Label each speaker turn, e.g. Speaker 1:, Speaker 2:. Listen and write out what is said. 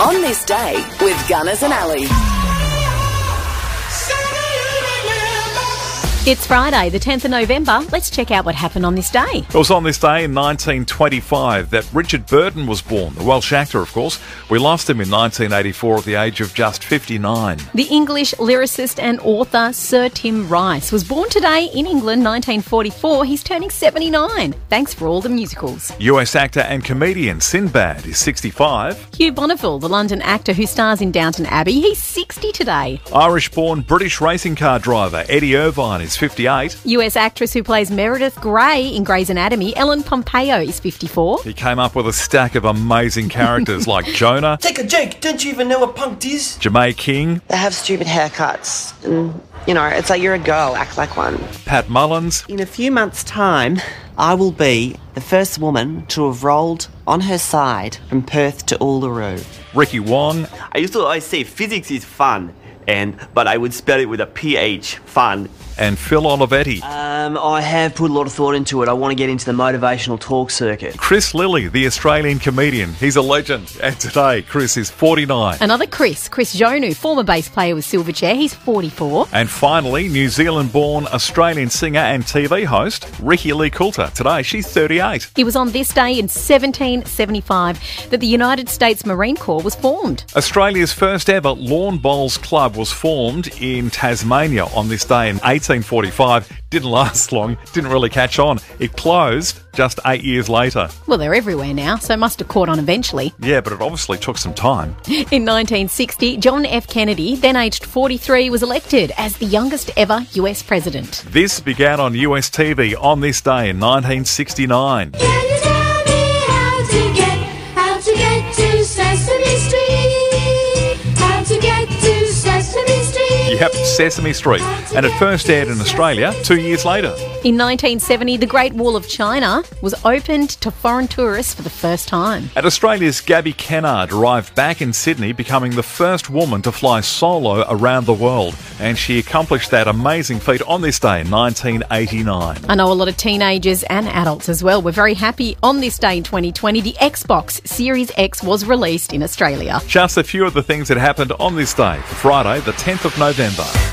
Speaker 1: on this day with Gunners and Alley.
Speaker 2: It's Friday, the 10th of November. Let's check out what happened on this day.
Speaker 3: It was on this day in 1925 that Richard Burton was born, the Welsh actor, of course. We lost him in 1984 at the age of just 59.
Speaker 2: The English lyricist and author Sir Tim Rice was born today in England 1944. He's turning 79. Thanks for all the musicals.
Speaker 3: US actor and comedian Sinbad is 65.
Speaker 2: Hugh Bonneville, the London actor who stars in Downton Abbey, he's 60 today.
Speaker 3: Irish born British racing car driver Eddie Irvine is 58.
Speaker 2: US actress who plays Meredith Grey in Grey's Anatomy, Ellen Pompeo, is 54.
Speaker 3: He came up with a stack of amazing characters like Jonah,
Speaker 4: Take a joke. Don't you even know what punk is?
Speaker 3: Jemay King,
Speaker 5: They have stupid haircuts, and you know, it's like you're a girl, act like one.
Speaker 3: Pat Mullins,
Speaker 5: In a few months' time, I will be the first woman to have rolled on her side from Perth to Uluru.
Speaker 3: Ricky Wong,
Speaker 6: I used to always say physics is fun, and but I would spell it with a ph, fun.
Speaker 3: and Phil Olivetti.
Speaker 6: Um, I have put a lot of thought into it. I want to get into the motivational talk circuit.
Speaker 3: Chris Lilly, the Australian comedian. He's a legend. And today, Chris is 49.
Speaker 2: Another Chris, Chris Jonu, former bass player with Silverchair, he's 44.
Speaker 3: And finally, New Zealand born Australian singer and TV host Ricky Lee Coulter. Today, she's 38.
Speaker 2: It was on this day in 1775 that the United States Marine Corps was formed.
Speaker 3: Australia's first ever Lawn Bowls Club was formed in Tasmania on this day in 1845. Didn't last long, didn't really catch on. It closed just eight years later.
Speaker 2: Well, they're everywhere now, so must have caught on eventually.
Speaker 3: Yeah, but it obviously took some time.
Speaker 2: In 1960, John F. Kennedy, then aged 43, was elected as the youngest ever US president.
Speaker 3: This began on US TV on this day in 1969.
Speaker 7: Can you tell me how to get, how to get to Sesame Street? How to get to Sesame Street?
Speaker 3: Yep, Sesame Street. And it first aired in Australia two years later.
Speaker 2: In 1970, the Great Wall of China was opened to foreign tourists for the first time.
Speaker 3: And Australia's Gabby Kennard arrived back in Sydney, becoming the first woman to fly solo around the world. And she accomplished that amazing feat on this day in 1989.
Speaker 2: I know a lot of teenagers and adults as well were very happy on this day in 2020. The Xbox Series X was released in Australia.
Speaker 3: Just a few of the things that happened on this day, Friday, the 10th of November.